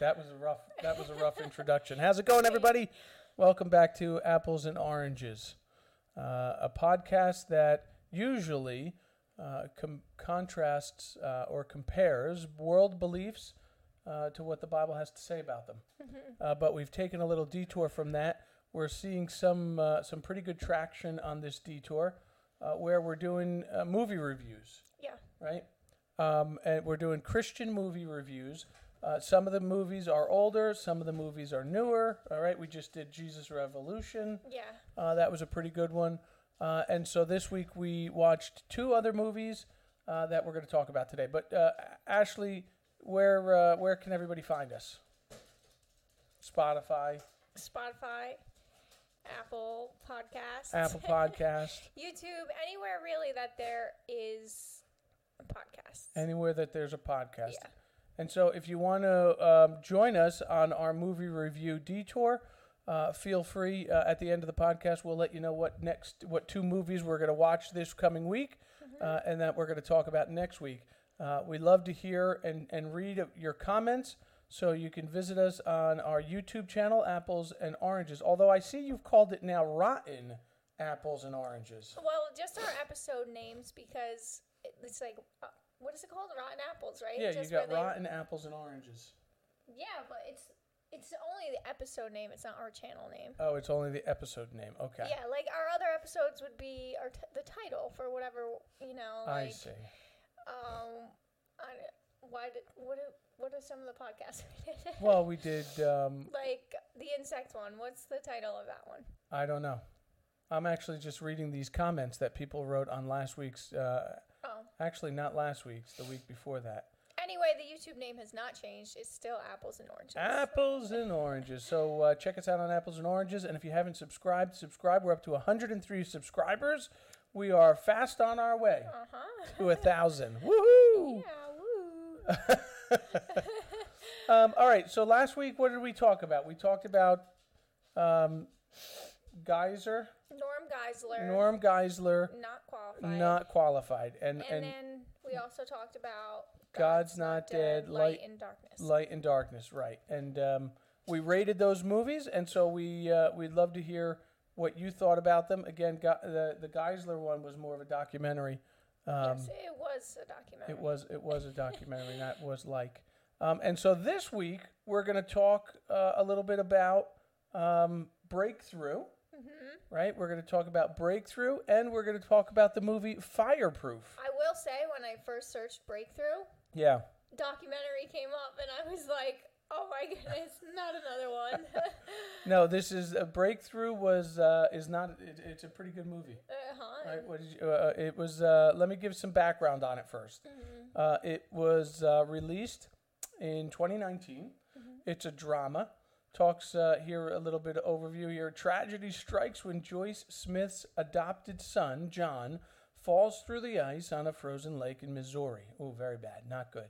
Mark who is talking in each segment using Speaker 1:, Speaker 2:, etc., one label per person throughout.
Speaker 1: That was a rough. That was a rough introduction. How's it going, everybody? Welcome back to Apples and Oranges, uh, a podcast that usually uh, com- contrasts uh, or compares world beliefs uh, to what the Bible has to say about them. Uh, but we've taken a little detour from that. We're seeing some uh, some pretty good traction on this detour, uh, where we're doing uh, movie reviews
Speaker 2: Yeah.
Speaker 1: right? Um, and we're doing Christian movie reviews. Uh, some of the movies are older, some of the movies are newer. All right, we just did Jesus Revolution.
Speaker 2: Yeah.
Speaker 1: Uh, that was a pretty good one. Uh, and so this week we watched two other movies uh, that we're going to talk about today. But uh, Ashley, where uh, where can everybody find us? Spotify,
Speaker 2: Spotify, Apple Podcasts,
Speaker 1: Apple Podcast,
Speaker 2: YouTube, anywhere really that there is podcasts.
Speaker 1: anywhere that there's a podcast.
Speaker 2: Yeah.
Speaker 1: And so, if you want to um, join us on our movie review detour, uh, feel free. Uh, at the end of the podcast, we'll let you know what next, what two movies we're going to watch this coming week,
Speaker 2: Mm-hmm.
Speaker 1: uh, and that we're going to talk about next week. Uh, we love to hear and and read of your comments. So you can visit us on our YouTube channel, Apples and Oranges. Although I see you've called it now Rotten Apples and Oranges.
Speaker 2: well, just our episode names because it- it's like, uh, what is it called? Rotten apples, right?
Speaker 1: Yeah, you
Speaker 2: Just
Speaker 1: got
Speaker 2: where they-
Speaker 1: Rotten Apples and Oranges.
Speaker 2: Yeah, but it's it's only the episode name. It's not our channel name.
Speaker 1: Oh, it's only the episode name. Okay.
Speaker 2: Yeah, like our other episodes would be our t- the title for whatever you know. Like,
Speaker 1: I see.
Speaker 2: Um, I, why did what? do- What are some of the podcasts we did?
Speaker 1: Well, we did. Um,
Speaker 2: like the insect one. What's the title of that one?
Speaker 1: I don't know. I'm actually just reading these comments that people wrote on last week's. Uh,
Speaker 2: Oh,
Speaker 1: actually, not last week's. The week before that.
Speaker 2: anyway, the YouTube name has not changed. It's still apples and oranges.
Speaker 1: Apples and oranges. So uh, check us out on Apples and Oranges. And if you haven't subscribed, subscribe. We're up to 103 subscribers. We are fast on our way
Speaker 2: Uh huh.
Speaker 1: to a thousand. Woohoo!
Speaker 2: Yeah. Woo.
Speaker 1: Um, all right. So last week, what did we talk about? We talked about um, Geyser,
Speaker 2: Norm Geisler.
Speaker 1: Norm Geisler,
Speaker 2: Not qualified.
Speaker 1: not qualified, and
Speaker 2: And,
Speaker 1: and,
Speaker 2: then we also talked about
Speaker 1: God's not dead,
Speaker 2: light,
Speaker 1: light-
Speaker 2: and darkness.
Speaker 1: Light and Darkness, right? And um, we rated those movies, and so we uh, we'd love to hear what you thought about them. Again, Ge- the the Geisler one was more of a documentary. Um,
Speaker 2: yes, it was a documentary.
Speaker 1: It was it was a documentary that was like. Um, and so this week we're going to talk uh, a little bit about um, breakthrough,
Speaker 2: Mm-hmm.
Speaker 1: right? We're going to talk about breakthrough, and we're going to talk about the movie Fireproof.
Speaker 2: I will say when I first searched breakthrough,
Speaker 1: Yeah.
Speaker 2: documentary came up and I was like, oh my goodness, not another one. uh
Speaker 1: No, this is a breakthrough. Was uh, is not. It, it's a pretty good movie.
Speaker 2: Uh, huh.
Speaker 1: Right, what did you, uh, it was. Uh, let me give some background on it 1st Uh, it was uh, released in 2019. It's a drama. Talks uh, here a little bit of overview here. Tragedy strikes when Joyce Smith's adopted son John falls through the ice on a frozen lake in Missouri. Oh, very bad. Not good.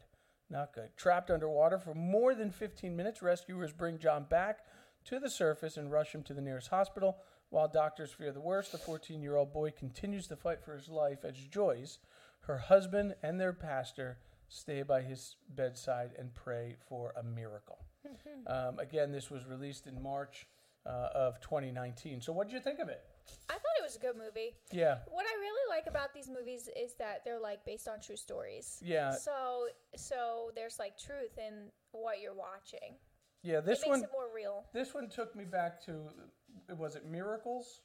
Speaker 1: Not good. Trapped underwater for more than 15 minutes, rescuers bring John back to the surface and rush him to the nearest hospital. While doctors fear the worst, the 14 year old boy continues to fight for his life as Joyce, her husband, and their pastor stay by his bedside and pray for a miracle. um, again, this was released in March uh, of 2019. So, what did you think of it?
Speaker 2: I thought it was a good movie.
Speaker 1: Yeah.
Speaker 2: What I really like about these movies is that they're like based on true stories.
Speaker 1: Yeah.
Speaker 2: So so there's like truth in what you're watching.
Speaker 1: Yeah. This
Speaker 2: it makes
Speaker 1: one.
Speaker 2: it more real.
Speaker 1: This one took me back to, was it Miracles?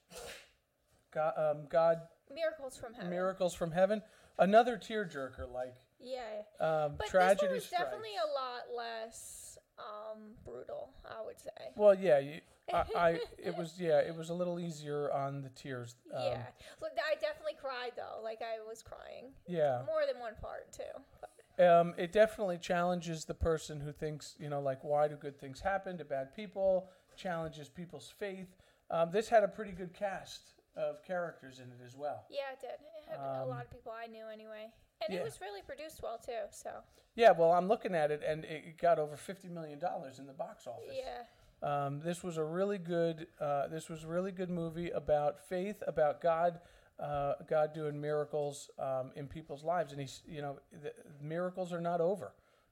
Speaker 1: God, um, God
Speaker 2: Miracles from heaven.
Speaker 1: Miracles from Heaven. Another tearjerker, like
Speaker 2: yeah.
Speaker 1: um,
Speaker 2: But this
Speaker 1: tragedy
Speaker 2: one was
Speaker 1: strikes.
Speaker 2: definitely a lot less um, brutal, I would say.
Speaker 1: Well, yeah, you, I, I, it was, yeah, it was a little easier on the tears. Um,
Speaker 2: yeah. Look, I definitely cried though. Like I was crying.
Speaker 1: yeah.
Speaker 2: More than one part too.
Speaker 1: Um, it definitely challenges the person who thinks, you know, like, why do good things happen to bad people? Challenges people's faith. Um, this had a pretty good cast of characters in it as well.
Speaker 2: Yeah, it did. It had a lot of people I knew anyway. And
Speaker 1: Um, yeah.
Speaker 2: it was really produced well too, so
Speaker 1: Yeah, well, I'm looking at it, and it got over fifty million dollars in the box office.
Speaker 2: yeah.
Speaker 1: Um, this was a really good. Uh, this was a really good movie about faith, about God, uh, God doing miracles um, in people's
Speaker 2: Mm-hmm.
Speaker 1: lives, and he's you know the miracles are not over.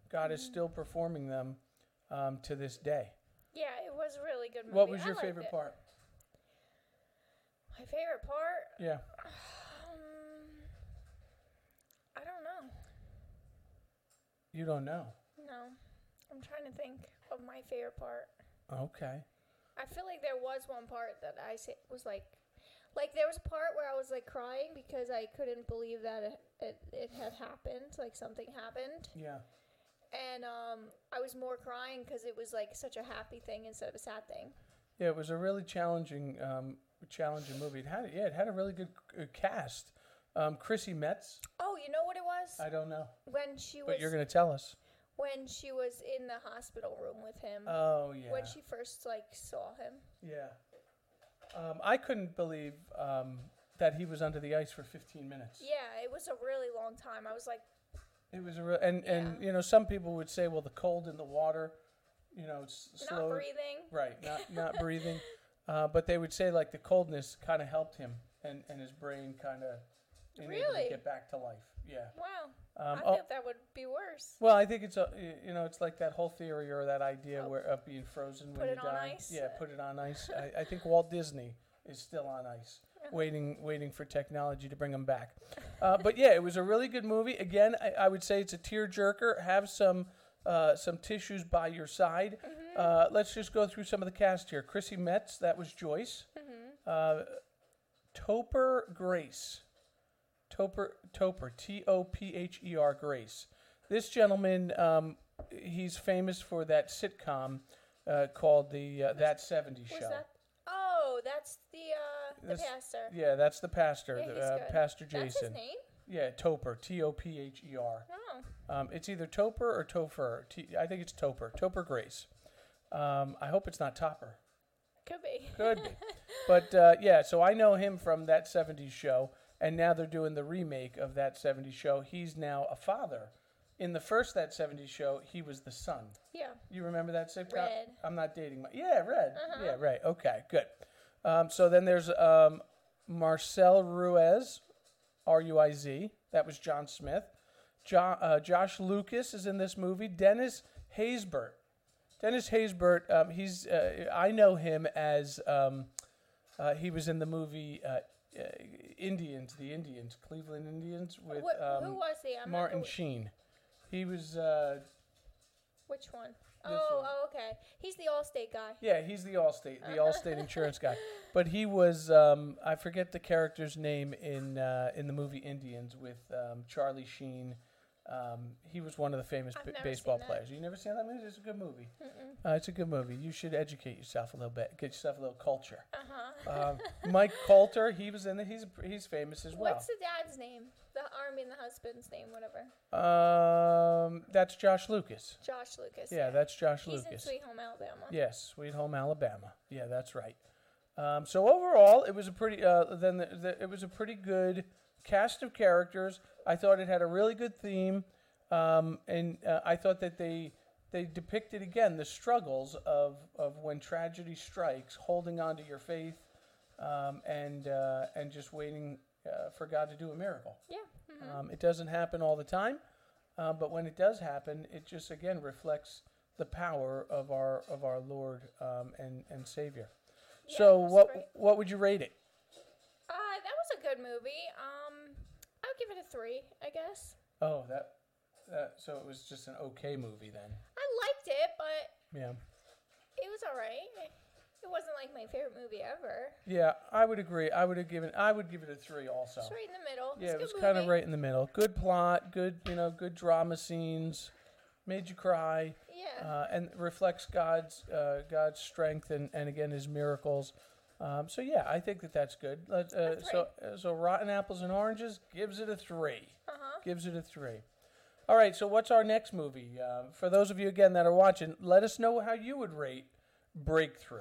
Speaker 1: God is still performing them um, to this day.
Speaker 2: Yeah, it was a really good movie.
Speaker 1: What was
Speaker 2: I
Speaker 1: your
Speaker 2: liked
Speaker 1: favorite
Speaker 2: it.
Speaker 1: part?
Speaker 2: My favorite part?
Speaker 1: Yeah.
Speaker 2: Um, I don't know.
Speaker 1: You don't know.
Speaker 2: No. I'm trying to think of my favorite part.
Speaker 1: Okay.
Speaker 2: I feel like there was one part that I sa- was like, like there was a part where I was like crying because I couldn't believe that it, it, it had happened, like something happened,
Speaker 1: Yeah.
Speaker 2: and um, I was more crying because it was like such a happy thing instead of a sad thing.
Speaker 1: Yeah, it was a really challenging, um, challenging movie. It had, yeah, it had a really good uh, cast. Um, Chrissy Metz.
Speaker 2: Oh, you know what it was
Speaker 1: I don't know,
Speaker 2: when she was
Speaker 1: but you're gonna tell us.
Speaker 2: when she was in the hospital room with him
Speaker 1: Oh yeah.
Speaker 2: when she first like saw him.
Speaker 1: Yeah. Um, I couldn't believe um, that he was under the ice for 15 minutes.
Speaker 2: Yeah, it was a really long time. I was like,
Speaker 1: It was a real, and and
Speaker 2: Yeah.
Speaker 1: you know some people would say, well, the cold in the water, you know, s-
Speaker 2: not
Speaker 1: slow,
Speaker 2: breathing.
Speaker 1: right, not not breathing, uh, but they would say like the coldness kind of helped him, and and his brain kind of enabled him
Speaker 2: Really?
Speaker 1: to get back to life. Yeah.
Speaker 2: Wow, I
Speaker 1: Um, oh,
Speaker 2: thought that would be worse.
Speaker 1: well, I think it's a you know it's like that whole theory or that idea
Speaker 2: Oh.
Speaker 1: where of being frozen
Speaker 2: Put
Speaker 1: when you
Speaker 2: it on
Speaker 1: die.
Speaker 2: ice?
Speaker 1: Yeah, put it on ice. I, I think Walt Disney is still on ice,
Speaker 2: Yeah.
Speaker 1: waiting waiting for technology to bring him back. Uh, but yeah, it was a really good movie. Again, I, I would say it's a tearjerker. Have some uh, some tissues by your side.
Speaker 2: Mm-hmm.
Speaker 1: Uh, let's just go through some of the cast here. Chrissy Metz, that was Joyce.
Speaker 2: Mm-hmm.
Speaker 1: Uh, Toper Grace. Toper Toper T O P H E R Grace. This gentleman, um, he's famous for that sitcom uh, called the uh, That '70s
Speaker 2: Was
Speaker 1: Show.
Speaker 2: that? Oh, that's the uh, the
Speaker 1: That's-
Speaker 2: pastor.
Speaker 1: Yeah, that's the pastor,
Speaker 2: Yeah,
Speaker 1: the,
Speaker 2: he's
Speaker 1: uh,
Speaker 2: good.
Speaker 1: Pastor
Speaker 2: That's his
Speaker 1: Jason.
Speaker 2: name.
Speaker 1: Yeah, Toper T O P H E R.
Speaker 2: Oh,
Speaker 1: Um, it's either Toper or Topher. T- I think it's Toper. Toper Grace. Um, I hope it's not Topper.
Speaker 2: could be.
Speaker 1: Could be. But uh, yeah, so I know him from that 70s show, and now they're doing the remake of that 70s show. He's now a father. In the first that 70s show, he was the son.
Speaker 2: Yeah.
Speaker 1: You remember that sitcom?
Speaker 2: Red. Uh-huh.
Speaker 1: I'm not dating my. Yeah, Red. Yeah, right. Okay, good. Um, so then there's um, Marcel Ruiz, R U I Z. That was John Smith. Jo- uh, Josh Lucas is in this movie. Dennis Haysbert. Dennis Haysbert, um, he's uh, I know him as um, uh, he was in the movie uh, uh, Indians, the Indians, Cleveland Indians with
Speaker 2: What, who
Speaker 1: um,
Speaker 2: was he? I'm not
Speaker 1: Martin
Speaker 2: go-
Speaker 1: Sheen. He was uh,
Speaker 2: which one? Oh,
Speaker 1: one.
Speaker 2: oh, okay. He's the Allstate guy.
Speaker 1: Yeah, he's the Allstate, the Allstate insurance guy. But he was um, I forget the character's name in uh, in the movie Indians with um, Charlie Sheen. Um, he was one of the famous
Speaker 2: I've
Speaker 1: b-
Speaker 2: never
Speaker 1: baseball
Speaker 2: seen that.
Speaker 1: players. You never seen that movie? It's a good movie. Uh, it's a good movie. You should educate yourself a little bit. Get yourself a little culture. Uh-huh. Mike Coulter, he was in the, he's he's famous as well.
Speaker 2: What's the dad's name? The army and the husband's name, whatever.
Speaker 1: um, that's Josh Lucas.
Speaker 2: Josh Lucas.
Speaker 1: Yeah, that's Josh
Speaker 2: He's
Speaker 1: Lucas.
Speaker 2: in Sweet Home Alabama.
Speaker 1: Yes, Sweet Home Alabama. Yeah, that's right. Um, so overall, it was a pretty uh, then the, the, it was a pretty good cast of characters. I thought it had a really good theme, um, and uh, I thought that they they depicted again the struggles of of when tragedy strikes, holding on to your faith, um, and uh, and just waiting uh, for God to do a miracle.
Speaker 2: Yeah. mm-hmm.
Speaker 1: Um, it doesn't happen all the time, uh, but when it does happen, it just again reflects the power of our of our Lord um, and and Savior.
Speaker 2: Yeah,
Speaker 1: so
Speaker 2: it was
Speaker 1: what
Speaker 2: great.
Speaker 1: what would you rate it?
Speaker 2: Uh, that was a good movie. Um, I would give it a three, I guess.
Speaker 1: Oh, that, that so it was just an okay movie then.
Speaker 2: I liked it, but
Speaker 1: Yeah,
Speaker 2: it was alright. It wasn't like my favorite movie ever.
Speaker 1: yeah, I would agree. I would have given I would give it a three also.
Speaker 2: It's right in the middle.
Speaker 1: Yeah, it
Speaker 2: it's a
Speaker 1: was
Speaker 2: good
Speaker 1: kind of
Speaker 2: movie.
Speaker 1: right in the middle. Good plot, good you know, good drama scenes, made you cry.
Speaker 2: Yeah.
Speaker 1: uh, and reflects God's uh, God's strength and, and again His miracles. Um, so yeah, I think that that's good. Let, uh,
Speaker 2: A
Speaker 1: so uh, so rotten apples and oranges gives it a 3
Speaker 2: Uh-huh.
Speaker 1: Gives it a three. All right. So what's our next movie? Um, for those of you again that are watching, let us know how you would rate Breakthrough.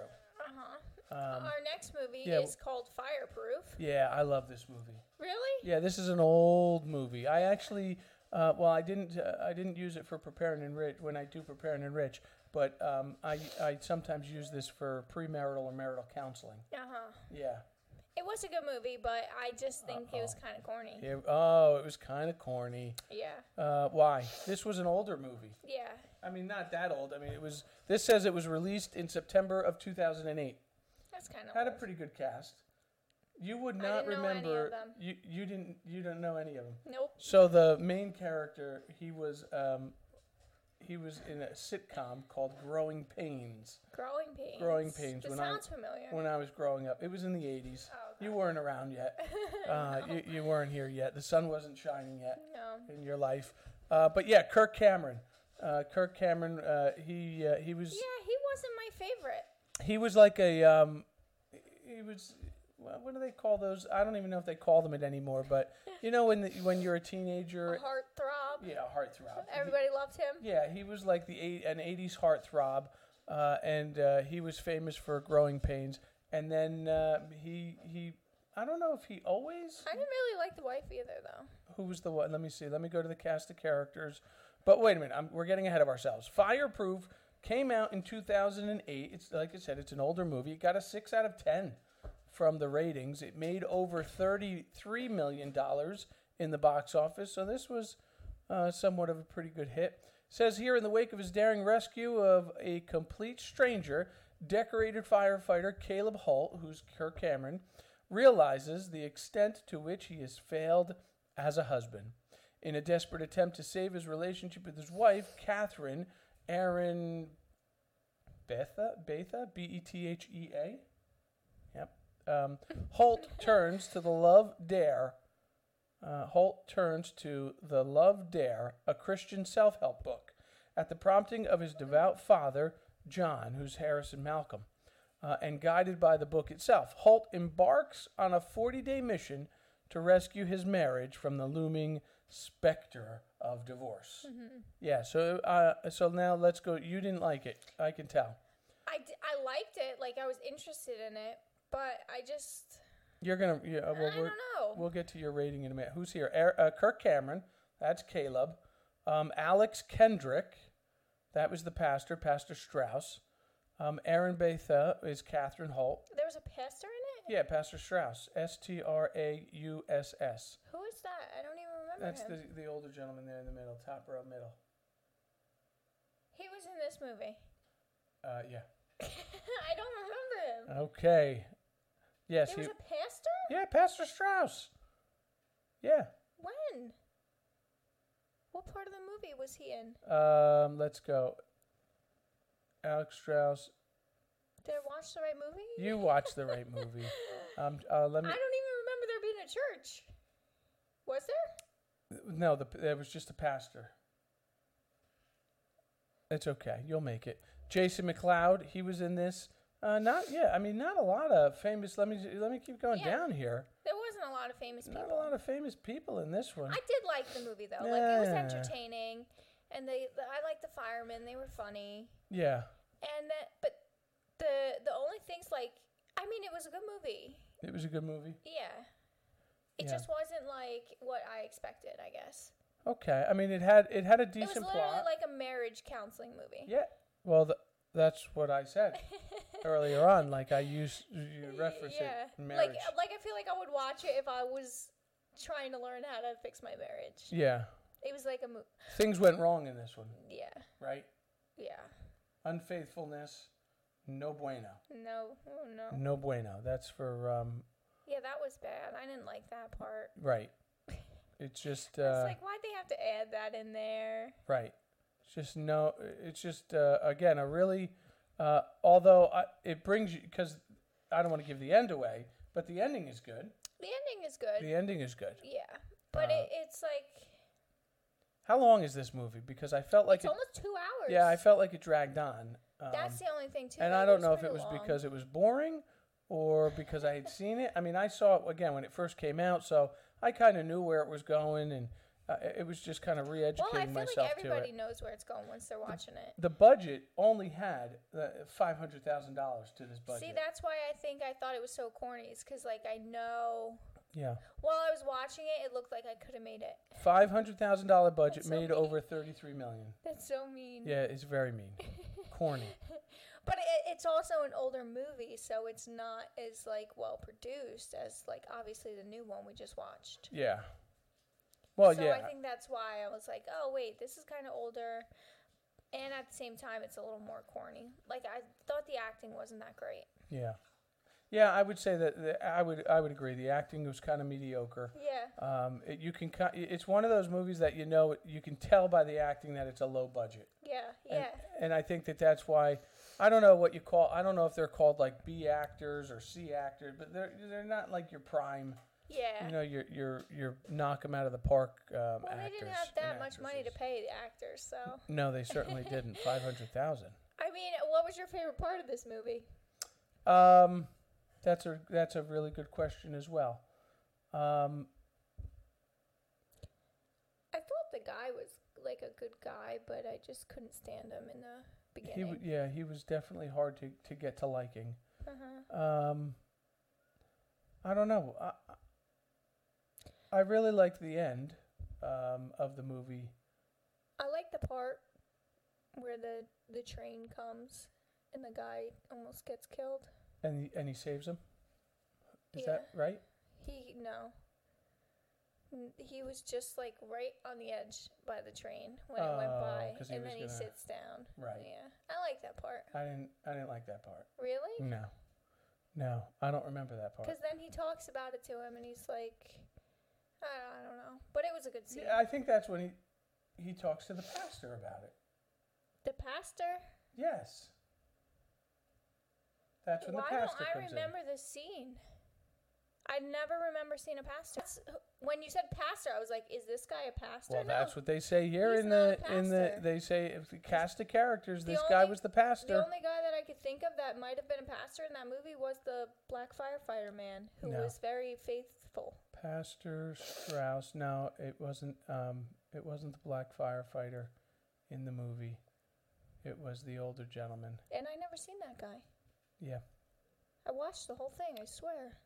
Speaker 2: Uh-huh. Our next movie
Speaker 1: um, yeah.
Speaker 2: is called Fireproof.
Speaker 1: Yeah, I love this movie.
Speaker 2: Really?
Speaker 1: Yeah, this is an old movie. I actually, uh, well, I didn't, uh, I didn't use it for preparing and rich when I do prepare and enrich, but um, I, I sometimes use this for premarital or marital counseling.
Speaker 2: Uh-huh.
Speaker 1: Yeah.
Speaker 2: It was a good movie, but I just think it was kind of corny. Yeah.
Speaker 1: It- oh, it was kind of corny.
Speaker 2: yeah.
Speaker 1: Uh, why? This was an older movie.
Speaker 2: Yeah.
Speaker 1: I I mean, not that old. I mean, it was. This says it was released in September of 2008.
Speaker 2: That's kind
Speaker 1: Had a
Speaker 2: of
Speaker 1: pretty good cast. You would
Speaker 2: I
Speaker 1: not
Speaker 2: didn't know any of
Speaker 1: remember.
Speaker 2: them.
Speaker 1: You you didn't you don't know any of them.
Speaker 2: nope.
Speaker 1: So the main character, he was um, he was in a sitcom called Growing Pains
Speaker 2: Growing pains.
Speaker 1: Growing pains,
Speaker 2: That
Speaker 1: when I-
Speaker 2: sounds familiar.
Speaker 1: when I was growing up. It was in the 80s.
Speaker 2: oh, okay.
Speaker 1: You weren't around yet. Uh, you, you weren't here yet. The sun wasn't shining yet
Speaker 2: no.
Speaker 1: in your life. Uh, but yeah, Kirk Cameron. Uh, Kirk Cameron. Uh, he uh, he was
Speaker 2: Yeah, he wasn't my favorite.
Speaker 1: he was like a um, he was well, what do they call those? I don't even know if they call them it anymore. But you know when the, when you're a teenager,
Speaker 2: A heartthrob.
Speaker 1: yeah, a heartthrob. He-
Speaker 2: Everybody loved him.
Speaker 1: Yeah, he was like the eight, an '80s heartthrob, uh, and uh, he was famous for growing pains. And then uh, he he, I don't know if he always.
Speaker 2: I didn't really like the wife either, though.
Speaker 1: Who was the one? Let me see. Let me go to the cast of characters. But wait a minute, I'm, we're getting ahead of ourselves. Fireproof came out in 2008. It's like I said, it's an older movie. It got a six out of ten from the ratings. It made over 33 million dollars in the box office. So this was uh, somewhat of a pretty good hit. Says here in the wake of his daring rescue of a complete stranger, decorated firefighter Caleb Holt, who's Kirk Cameron, realizes the extent to which he has failed as a husband. In a desperate attempt to save his relationship with his wife, Catherine, Aaron Betha, Betha, B E T H E A. Yep. Um, Holt turns to the love dare. Uh, Holt turns to the Love Dare, a Christian self-help book, at the prompting of his devout father, John, who's Harrison Malcolm, uh, and guided by the book itself. Holt embarks on a 40-day mission to rescue his marriage from the looming specter of divorce.
Speaker 2: Mm-hmm.
Speaker 1: Yeah. So, uh, so now let's go. You didn't like it. I can tell.
Speaker 2: I, d- I liked it. Like, I was interested in it, but I just.
Speaker 1: You're gonna. Yeah, uh, well,
Speaker 2: I
Speaker 1: we're,
Speaker 2: don't know.
Speaker 1: We'll get to your rating in a minute. Who's here? Er, uh, Kirk Cameron. That's Caleb. Um, Alex Kendrick. That was the pastor, Pastor Strauss. Um, Aaron Betha is Catherine Holt.
Speaker 2: there was a pastor in it?
Speaker 1: Yeah, Pastor Strauss. S T R A U S S.
Speaker 2: Who is that? I don't even remember
Speaker 1: That's
Speaker 2: him.
Speaker 1: the, the older gentleman there in the middle, top row middle.
Speaker 2: He was in this movie.
Speaker 1: Uh, yeah.
Speaker 2: I don't remember him.
Speaker 1: Okay. Uh, Yes.
Speaker 2: There
Speaker 1: He,
Speaker 2: was a pastor?
Speaker 1: yeah, Pastor Strauss. Yeah.
Speaker 2: When? What part of the movie was he in?
Speaker 1: Um, let's go. Alex Strauss.
Speaker 2: Did I watch the right movie?
Speaker 1: You watch the right movie. Um, uh, let me.
Speaker 2: I don't even remember there being a church. Was there?
Speaker 1: No, the there was just a pastor. It's okay. You'll make it. Jason McLeod. He was in this. Uh, not yeah. I mean, not a lot of famous. Let me let me keep going
Speaker 2: Yeah.
Speaker 1: down here.
Speaker 2: There wasn't a lot of famous people.
Speaker 1: Not a lot of famous people in this one.
Speaker 2: I did like the movie though. Like it was
Speaker 1: Yeah.
Speaker 2: entertaining, and they the, I liked the firemen. They were funny,
Speaker 1: yeah,
Speaker 2: and that but the the only things like I mean it was a good movie.
Speaker 1: it was a good movie.
Speaker 2: Yeah. It
Speaker 1: Yeah.
Speaker 2: just wasn't like what I expected, I guess.
Speaker 1: Okay. I mean, it had it had a
Speaker 2: It was
Speaker 1: decent
Speaker 2: literally
Speaker 1: plot.
Speaker 2: like a marriage counseling movie.
Speaker 1: yeah. Well, th- that's what I said earlier on. Like I used you reference it. Marriage.
Speaker 2: Like, uh, like I feel like I would watch it if I was trying to learn how to fix my marriage.
Speaker 1: yeah.
Speaker 2: It was like a mo-
Speaker 1: Things went wrong in this one,
Speaker 2: yeah,
Speaker 1: right?
Speaker 2: yeah.
Speaker 1: Unfaithfulness. No bueno.
Speaker 2: No, oh no.
Speaker 1: No bueno. That's for um
Speaker 2: Yeah, that was bad. I didn't like that part.
Speaker 1: right. It's just
Speaker 2: It's
Speaker 1: uh,
Speaker 2: like why'd they have to add that in there?
Speaker 1: right. It's just no. It's just uh, again a really. Uh, although I, it brings you because I don't want to give the end away, but the ending is good.
Speaker 2: The ending is good.
Speaker 1: The ending is good.
Speaker 2: Yeah, but
Speaker 1: Uh,
Speaker 2: it, it's like
Speaker 1: How long is this movie? Because I felt like
Speaker 2: it's
Speaker 1: it,
Speaker 2: almost two hours.
Speaker 1: yeah, I felt like it dragged on. Um,
Speaker 2: That's the only thing too.
Speaker 1: and
Speaker 2: like,
Speaker 1: I don't know if
Speaker 2: pretty
Speaker 1: it was
Speaker 2: long.
Speaker 1: because it was boring or because I had seen it. I mean, I saw it again when it first came out, so I kind of knew where it was going, and uh, it was just kind of
Speaker 2: well,
Speaker 1: re-educating
Speaker 2: I feel
Speaker 1: myself
Speaker 2: like
Speaker 1: to
Speaker 2: everybody
Speaker 1: it.
Speaker 2: knows where it's going once they're watching it.
Speaker 1: The budget only had uh, five hundred thousand dollars to this budget.
Speaker 2: See, that's why I think I thought it was so corny. It's because like I know
Speaker 1: yeah,
Speaker 2: while I was watching it, it looked like I could have made it.
Speaker 1: five hundred thousand dollar budget
Speaker 2: That's so
Speaker 1: made
Speaker 2: mean. Mm.
Speaker 1: over thirty-three million.
Speaker 2: That's so mean.
Speaker 1: Yeah, it's very mean, corny.
Speaker 2: But it, it's also an older movie, so it's not as like well produced as like obviously the new one we just watched.
Speaker 1: Yeah. Well,
Speaker 2: so
Speaker 1: yeah.
Speaker 2: I think that's why I was like, oh wait, this is kind of older. and at the same time, it's a little more corny. Like I thought the acting wasn't that great.
Speaker 1: Yeah, yeah. I would say that the, I would I would agree. The acting was kind of mediocre.
Speaker 2: Yeah.
Speaker 1: Um, it, you can ki- it's one of those movies that you know you can tell by the acting that it's a low budget.
Speaker 2: Yeah.
Speaker 1: And,
Speaker 2: Yeah.
Speaker 1: and I think that that's why I don't know what you call I don't know if they're called like B actors or C actors, but they're they're not like your prime.
Speaker 2: yeah.
Speaker 1: You know, your your your knock them out of the park um,
Speaker 2: well, they
Speaker 1: actors.
Speaker 2: didn't have
Speaker 1: and
Speaker 2: that much money to
Speaker 1: actresses.
Speaker 2: pay the actors, so.
Speaker 1: No, they certainly didn't. Five hundred thousand.
Speaker 2: I mean, what was your favorite part of this movie?
Speaker 1: Um, that's a that's a really good question as well. Um,
Speaker 2: I thought the guy was like a good guy, but I just couldn't stand him in the
Speaker 1: he
Speaker 2: beginning.
Speaker 1: w- yeah, he was definitely hard to, to get to liking.
Speaker 2: uh-huh.
Speaker 1: Um, I don't know. I, I really liked the end um, of the movie.
Speaker 2: I like the part where the the train comes and the guy almost gets killed.
Speaker 1: And he, and he saves him. Is
Speaker 2: Yeah.
Speaker 1: that right?
Speaker 2: He no. N- He was just like right on the edge by the train when it went
Speaker 1: Oh,
Speaker 2: by,
Speaker 1: 'cause he
Speaker 2: and
Speaker 1: was
Speaker 2: then he
Speaker 1: gonna-
Speaker 2: sits down.
Speaker 1: Right.
Speaker 2: Yeah, I like that part.
Speaker 1: I didn't I didn't like that part.
Speaker 2: Really?
Speaker 1: No. No, I don't remember that part.
Speaker 2: Because then he talks about it to him, and he's like, I, I don't know, but it was a good scene.
Speaker 1: Yeah, I think that's when he he talks to the pastor about it.
Speaker 2: The pastor.
Speaker 1: Yes. That's when
Speaker 2: Why
Speaker 1: the pastor
Speaker 2: don't I
Speaker 1: comes
Speaker 2: remember this scene? I never remember seeing a pastor. That's- when you said pastor, I was like, is this guy a pastor?
Speaker 1: in. Well,
Speaker 2: no.
Speaker 1: that's what they say here
Speaker 2: He's
Speaker 1: in the
Speaker 2: not a
Speaker 1: in the
Speaker 2: pastor.
Speaker 1: they say if the cast of characters.
Speaker 2: The
Speaker 1: This guy
Speaker 2: only-
Speaker 1: was the
Speaker 2: the
Speaker 1: pastor.
Speaker 2: only guy that I could think of that might have been a pastor in that movie was the black firefighter man, who
Speaker 1: No.
Speaker 2: was very faithful.
Speaker 1: pastor Strauss. No, it wasn't. Um, it wasn't the black firefighter in the movie. It was the older gentleman.
Speaker 2: And I never seen that guy.
Speaker 1: Yeah,
Speaker 2: I watched the whole thing. I swear.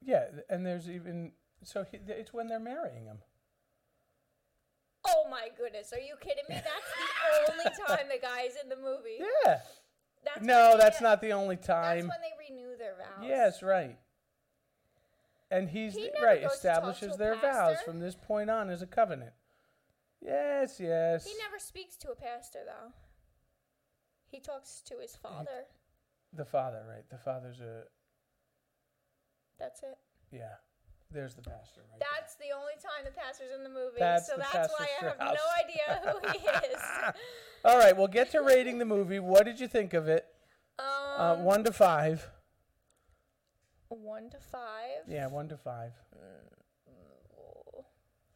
Speaker 1: yeah. th- And there's even so he, th- it's when they're marrying him.
Speaker 2: Oh my goodness! Are you kidding me? That's the only time the guy's in the movie.
Speaker 1: Yeah.
Speaker 2: That's when
Speaker 1: no,
Speaker 2: they
Speaker 1: that's
Speaker 2: get-
Speaker 1: not the only
Speaker 2: That's
Speaker 1: time.
Speaker 2: when they renew their vows.
Speaker 1: Yes, right. And he's
Speaker 2: He
Speaker 1: th-
Speaker 2: never
Speaker 1: right
Speaker 2: goes to talk to
Speaker 1: establishes
Speaker 2: a
Speaker 1: their vows
Speaker 2: pastor.
Speaker 1: from this point on as a covenant. Yes, yes.
Speaker 2: He never speaks to a pastor though. He talks to his father.
Speaker 1: the father, right? The father's a
Speaker 2: That's it.
Speaker 1: yeah. There's the pastor, right? there.
Speaker 2: That's the only time the pastor's in the movie.
Speaker 1: That's
Speaker 2: so
Speaker 1: the
Speaker 2: that's
Speaker 1: Pastor
Speaker 2: why I have
Speaker 1: Strauss.
Speaker 2: no idea who he is.
Speaker 1: All right, we'll get to rating the movie. What did you think of it? Uh,
Speaker 2: Um,
Speaker 1: one to five.
Speaker 2: one to five.
Speaker 1: Yeah, one to five.
Speaker 2: Ooh.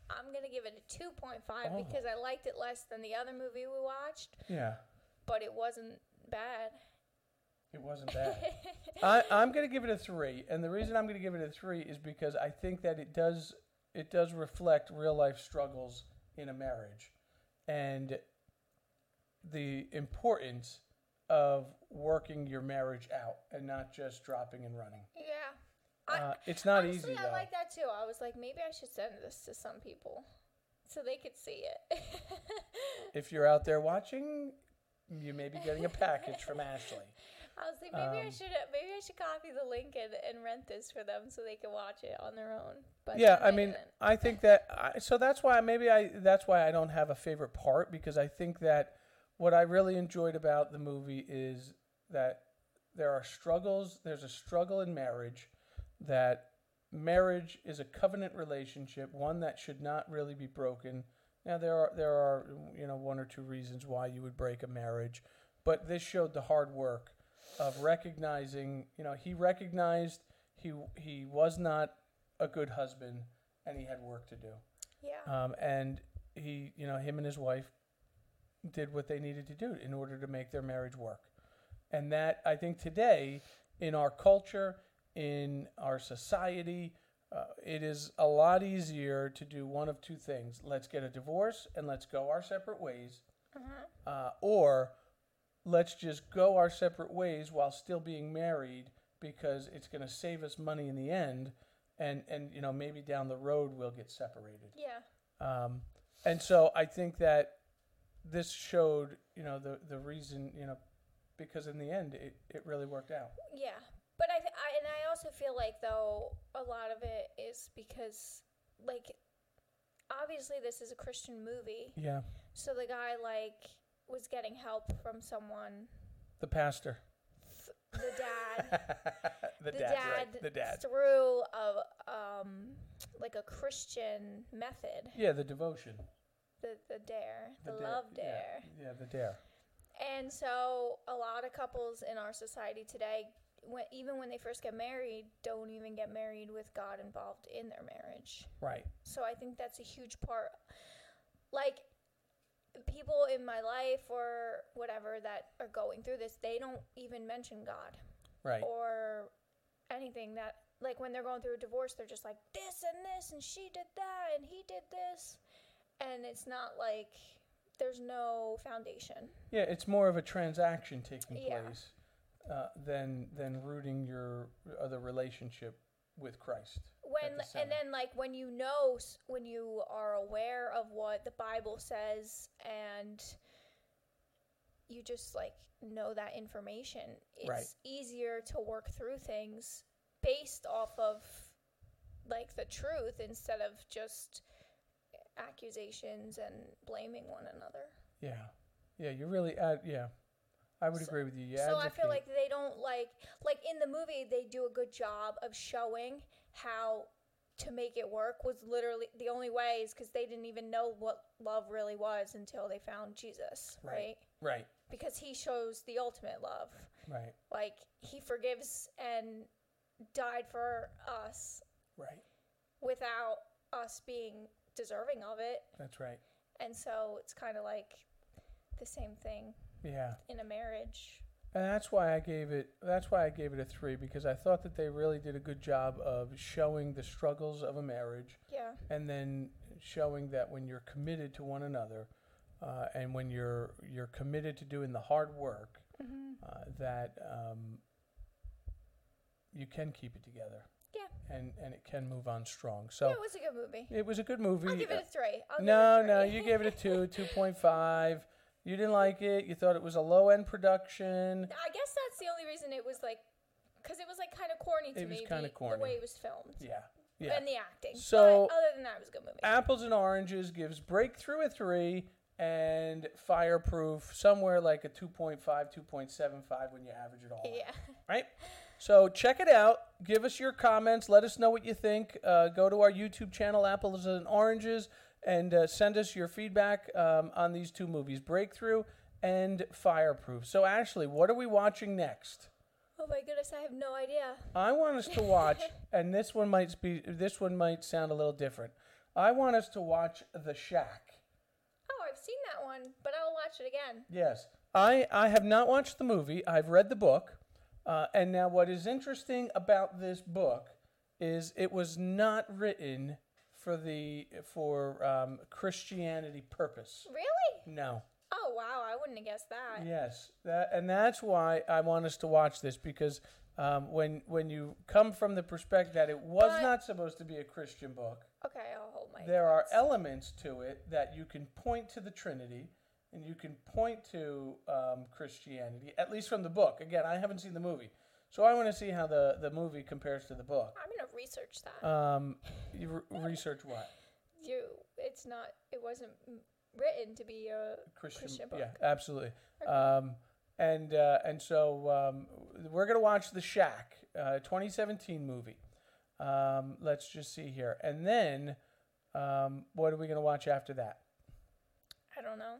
Speaker 2: I'm gonna give it a two point five
Speaker 1: Oh.
Speaker 2: because I liked it less than the other movie we watched,
Speaker 1: Yeah,
Speaker 2: but it wasn't bad.
Speaker 1: it wasn't bad. I, I'm going to give it a three, and the reason I'm going to give it a three is because I think that it does it does reflect real life struggles in a marriage, and the importance of working your marriage out and not just dropping and running.
Speaker 2: yeah. I-
Speaker 1: Uh, it's not
Speaker 2: Honestly,
Speaker 1: easy
Speaker 2: I
Speaker 1: though.
Speaker 2: like that too. I was like, maybe I should send this to some people so they could see it.
Speaker 1: If you're out there watching, you may be getting a package from Ashley.
Speaker 2: I was like, maybe I
Speaker 1: Um,
Speaker 2: should maybe I should copy the link and, and rent this for them so they can watch it on their own. But
Speaker 1: Yeah,
Speaker 2: then
Speaker 1: I mean,
Speaker 2: didn't.
Speaker 1: I think that I, so that's why maybe I that's why I don't have a favorite part because I think that what I really enjoyed about the movie is that there are struggles, there's a struggle in marriage that marriage is a covenant relationship, one that should not really be broken. Now there are there are you know one or two reasons why you would break a marriage, but this showed the hard work of recognizing, you know, he recognized he he was not a good husband and he had work to do.
Speaker 2: yeah,
Speaker 1: Um, and he, you know, him and his wife did what they needed to do in order to make their marriage work. And that, I think, today in our culture, in our society, uh, it is a lot easier to do one of two things let's get a divorce and let's go our separate ways,
Speaker 2: Mm-hmm.
Speaker 1: uh, or let's just go our separate ways while still being married because it's going to save us money in the end. And, and you know maybe down the road we'll get separated
Speaker 2: yeah,
Speaker 1: um, and so I think that this showed, you know, the the reason, you know, because in the end it, it really worked out.
Speaker 2: yeah. But I, th- I and I also feel like though a lot of it is because like obviously this is a Christian movie,
Speaker 1: Yeah.
Speaker 2: So the guy like was getting help from someone.
Speaker 1: The pastor.
Speaker 2: The dad.
Speaker 1: the, dad, right. The dad.
Speaker 2: through a um like a Christian method,
Speaker 1: Yeah, the devotion.
Speaker 2: the the dare, the,
Speaker 1: dare,
Speaker 2: love
Speaker 1: yeah,
Speaker 2: dare.
Speaker 1: Yeah, the dare.
Speaker 2: And so a lot of couples in our society today when, even when they first get married, don't even get married with God involved in their marriage.
Speaker 1: Right.
Speaker 2: So I think that's a huge part. Like people in my life or whatever that are going through this, they don't even mention God
Speaker 1: Right.
Speaker 2: or anything that like when they're going through a divorce they're just like this and this and she did that and he did this and it's not like there's no foundation
Speaker 1: Yeah, it's more of a transaction taking
Speaker 2: Yeah.
Speaker 1: place uh, than than rooting your other relationship with Christ.
Speaker 2: when
Speaker 1: At the
Speaker 2: and
Speaker 1: center.
Speaker 2: then like when you know s- when you are aware of what the bible says and you just like know that information it's
Speaker 1: Right.
Speaker 2: easier to work through things based off of like the truth instead of just accusations and blaming one another
Speaker 1: Yeah, yeah, you really add. Yeah, I would
Speaker 2: So-
Speaker 1: agree with you. You
Speaker 2: so i feel
Speaker 1: advocate-
Speaker 2: like they don't like like in the movie they do a good job of showing how to make it work was literally the only way is because they didn't even know what love really was until they found jesus right,
Speaker 1: Right. right,
Speaker 2: because he shows the ultimate love
Speaker 1: right,
Speaker 2: like he forgives and died for us
Speaker 1: right.
Speaker 2: without us being deserving of it
Speaker 1: That's right.
Speaker 2: and so it's kind of like the same thing
Speaker 1: Yeah,
Speaker 2: in a marriage
Speaker 1: and that's why I gave it. That's why I gave it a three because I thought that they really did a good job of showing the struggles of a marriage
Speaker 2: yeah
Speaker 1: and then showing that when you're committed to one another uh, and when you're you're committed to doing the hard work
Speaker 2: Mm-hmm.
Speaker 1: uh, that um, you can keep it together
Speaker 2: Yeah.
Speaker 1: and and it can move on strong
Speaker 2: yeah
Speaker 1: so
Speaker 2: it was a good movie
Speaker 1: it was a good movie
Speaker 2: I'll give
Speaker 1: Uh,
Speaker 2: it a three. I'll give it
Speaker 1: no
Speaker 2: a
Speaker 1: no
Speaker 2: three.
Speaker 1: you gave it a two 2.5 you didn't like it you thought it was a low end production
Speaker 2: I guess that's the only reason it was like, because it was like kind of corny to
Speaker 1: It was
Speaker 2: me.
Speaker 1: kinda
Speaker 2: the-
Speaker 1: corny.
Speaker 2: The way it was filmed
Speaker 1: yeah yeah
Speaker 2: and the acting.
Speaker 1: So-
Speaker 2: but other than that, it was a good movie.
Speaker 1: apples and oranges gives breakthrough a three and fireproof somewhere like a 2.5 2.75 when you average it all out,
Speaker 2: yeah.
Speaker 1: right so check it out give us your comments let us know what you think uh, go to our youtube channel apples and oranges and uh, send us your feedback um, on these two movies breakthrough and fireproof so ashley what are we watching next
Speaker 2: Oh my goodness, I have no idea.
Speaker 1: I want us to watch, and this one might be this one might sound a little different. I want us to watch The Shack.
Speaker 2: Oh, I've seen that one, but I'll watch it again.
Speaker 1: Yes, I I have not watched the movie. I've read the book, uh, and now what is interesting about this book is it was not written for the for um, Christianity purpose.
Speaker 2: Really?
Speaker 1: No.
Speaker 2: Oh wow, I wouldn't have guessed that.
Speaker 1: Yes, that, and that's why I want us to watch this because um, when when you come from the perspective that it was
Speaker 2: But-
Speaker 1: not supposed to be a Christian book,
Speaker 2: Okay, I'll hold my.
Speaker 1: there are
Speaker 2: thoughts.
Speaker 1: elements to it that you can point to the Trinity and you can point to um, Christianity, at least from the book. Again, I haven't seen the movie, so I want to see how the, the movie compares to the book.
Speaker 2: I'm gonna research that.
Speaker 1: Um, you re- research what
Speaker 2: you, it's not. It wasn't m- written to be a
Speaker 1: Christian,
Speaker 2: Christian book.
Speaker 1: yeah, absolutely. Um, and uh, and so um, we're gonna watch The Shack, uh, 2017 movie. Um, let's just see here, and then um, what are we gonna watch after that?
Speaker 2: I don't know.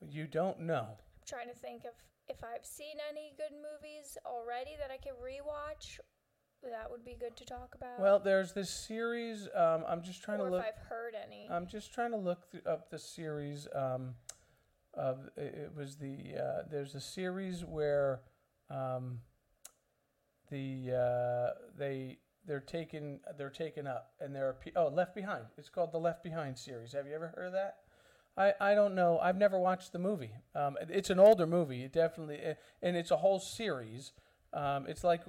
Speaker 1: You don't know.
Speaker 2: trying to think of if I've seen any good movies already that I could rewatch. That would be good to talk about.
Speaker 1: Well, there's this series. Um, I'm just trying
Speaker 2: or
Speaker 1: to look. Uh,
Speaker 2: if I've heard any.
Speaker 1: I'm just trying to look th- up the series. Um, of it it was the uh, there's a series where um, the uh, they they're taken they're taken up and they're pe- oh Left Behind. It's called the Left Behind series. Have you ever heard of that? I, I don't know. I've never watched the movie. Um, it- it's an older movie, it definitely, eh, and it's a whole series. Um, it's like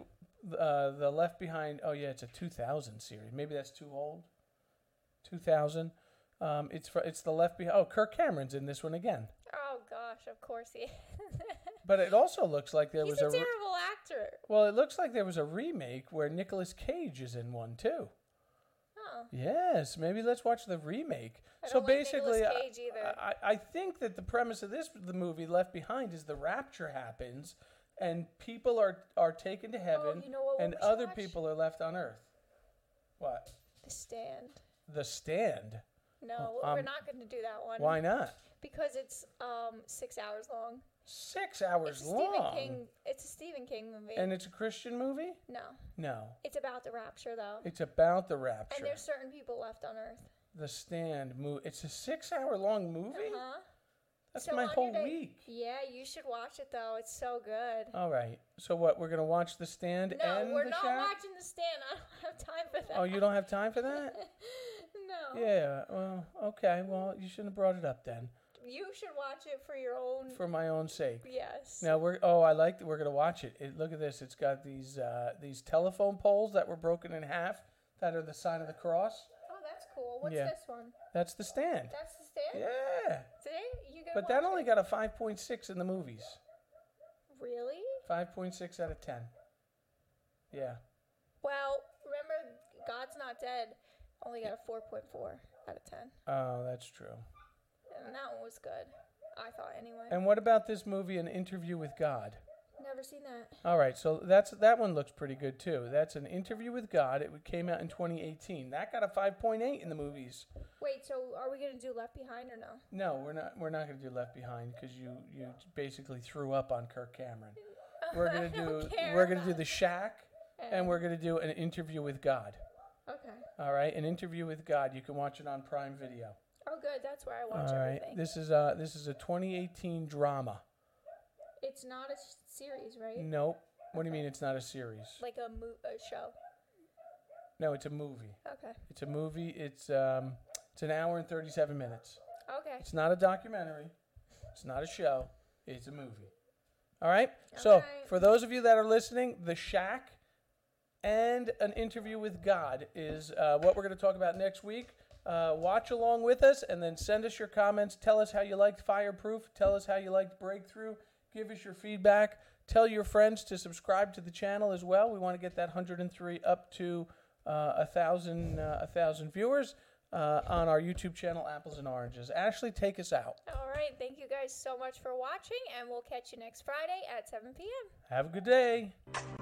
Speaker 1: uh, the Left Behind. Oh yeah, it's a 2000 series. Maybe that's too old. 2000. Um, it's fr it's the Left Behind. Oh, Kirk Cameron's in this one again.
Speaker 2: oh gosh, of course he.
Speaker 1: But it also looks like there
Speaker 2: He's
Speaker 1: was
Speaker 2: a,
Speaker 1: a re-
Speaker 2: terrible actor.
Speaker 1: well, it looks like there was a remake where Nicolas Cage is in one too.
Speaker 2: Oh, now.
Speaker 1: Yes, maybe let's watch the remake.
Speaker 2: I
Speaker 1: so
Speaker 2: don't like Nicolas
Speaker 1: basically, uh, I-
Speaker 2: Cage either.
Speaker 1: I, I think that the premise of this the movie Left Behind is the rapture happens, and people are are taken to heaven,
Speaker 2: Oh, you know what we
Speaker 1: and
Speaker 2: should
Speaker 1: other
Speaker 2: watch?
Speaker 1: people are left on Earth. What?
Speaker 2: The Stand.
Speaker 1: The Stand.
Speaker 2: No, we're
Speaker 1: um,
Speaker 2: not going to do that one.
Speaker 1: Why not?
Speaker 2: Because it's um six hours long.
Speaker 1: Six hours
Speaker 2: It's a
Speaker 1: long,
Speaker 2: Stephen King. It's a Stephen King movie.
Speaker 1: and it's a Christian movie.
Speaker 2: no,
Speaker 1: No,
Speaker 2: it's about the rapture though,
Speaker 1: it's about the rapture.
Speaker 2: and there's certain people left on Earth.
Speaker 1: The Stand movie. It's a six-hour-long movie.
Speaker 2: Huh?
Speaker 1: That's
Speaker 2: Uh-huh. So
Speaker 1: my
Speaker 2: on your
Speaker 1: whole
Speaker 2: day-
Speaker 1: week.
Speaker 2: Yeah, you should watch it though. It's so good.
Speaker 1: All right. So what? We're gonna watch The Stand
Speaker 2: No,
Speaker 1: and
Speaker 2: we're
Speaker 1: The
Speaker 2: not
Speaker 1: Shack?
Speaker 2: watching The Stand. I don't have time for that.
Speaker 1: Oh, you don't have time for that?
Speaker 2: no.
Speaker 1: Yeah. Well, okay. Well, you shouldn't have brought it up then,
Speaker 2: You should watch it for your own.
Speaker 1: for my own sake.
Speaker 2: yes.
Speaker 1: Now we're. Oh, I like that. We're gonna watch it. it look at this. It's got these uh, these telephone poles that were broken in half that are the sign of the cross.
Speaker 2: Oh, that's cool. What's
Speaker 1: Yeah.
Speaker 2: this one?
Speaker 1: That's the stand.
Speaker 2: That's The Stand.
Speaker 1: Yeah.
Speaker 2: Today you got.
Speaker 1: But that only got a 5.6 in the movies.
Speaker 2: Really?
Speaker 1: 5.6 out of 10. Yeah.
Speaker 2: Well, remember, God's not dead. Only got a four point four out of ten,
Speaker 1: Oh, that's true.
Speaker 2: and that one was good. I thought anyway.
Speaker 1: And what about this movie, An Interview with God?
Speaker 2: Never seen that.
Speaker 1: All right, so that's that one looks pretty good too. That's an interview with God. It came out in 2018. That got a 5.8 in the movies.
Speaker 2: Wait, so are we gonna do Left Behind or no?
Speaker 1: No, we're not. We're not going to do Left Behind because you you basically threw up on Kirk Cameron. We're going to
Speaker 2: I
Speaker 1: do
Speaker 2: don't care
Speaker 1: we're going to
Speaker 2: about
Speaker 1: do the Shack,
Speaker 2: And-
Speaker 1: and we're going to do an interview with God.
Speaker 2: Okay.
Speaker 1: All right, an interview with God. You can watch it on Prime Video.
Speaker 2: Oh, good. That's where I
Speaker 1: All
Speaker 2: watch
Speaker 1: right,
Speaker 2: everything.
Speaker 1: this is uh this is a 2018 drama.
Speaker 2: It's not a s- series, right?
Speaker 1: Nope. What do you mean it's not a series?
Speaker 2: Like a mo- a show.
Speaker 1: No, it's a movie.
Speaker 2: Okay.
Speaker 1: It's a movie. It's um it's an hour and 37 minutes.
Speaker 2: Okay.
Speaker 1: It's not a documentary. It's not a show. It's a movie. All right? so,
Speaker 2: All right.
Speaker 1: for those of you that are listening, The Shack and an interview with God is uh, what we're going to talk about next week. Uh, watch along with us and then send us your comments. Tell us how you liked Fireproof. Tell us how you liked Breakthrough. Give us your feedback. Tell your friends to subscribe to the channel as well. We want to get that 103 up to uh, a thousand, uh, a thousand viewers uh, on our YouTube channel, Apples and Oranges. Ashley, take us out.
Speaker 2: All right. Thank you guys so much for watching, and we'll catch you next Friday at 7 p.m.
Speaker 1: Have a good day.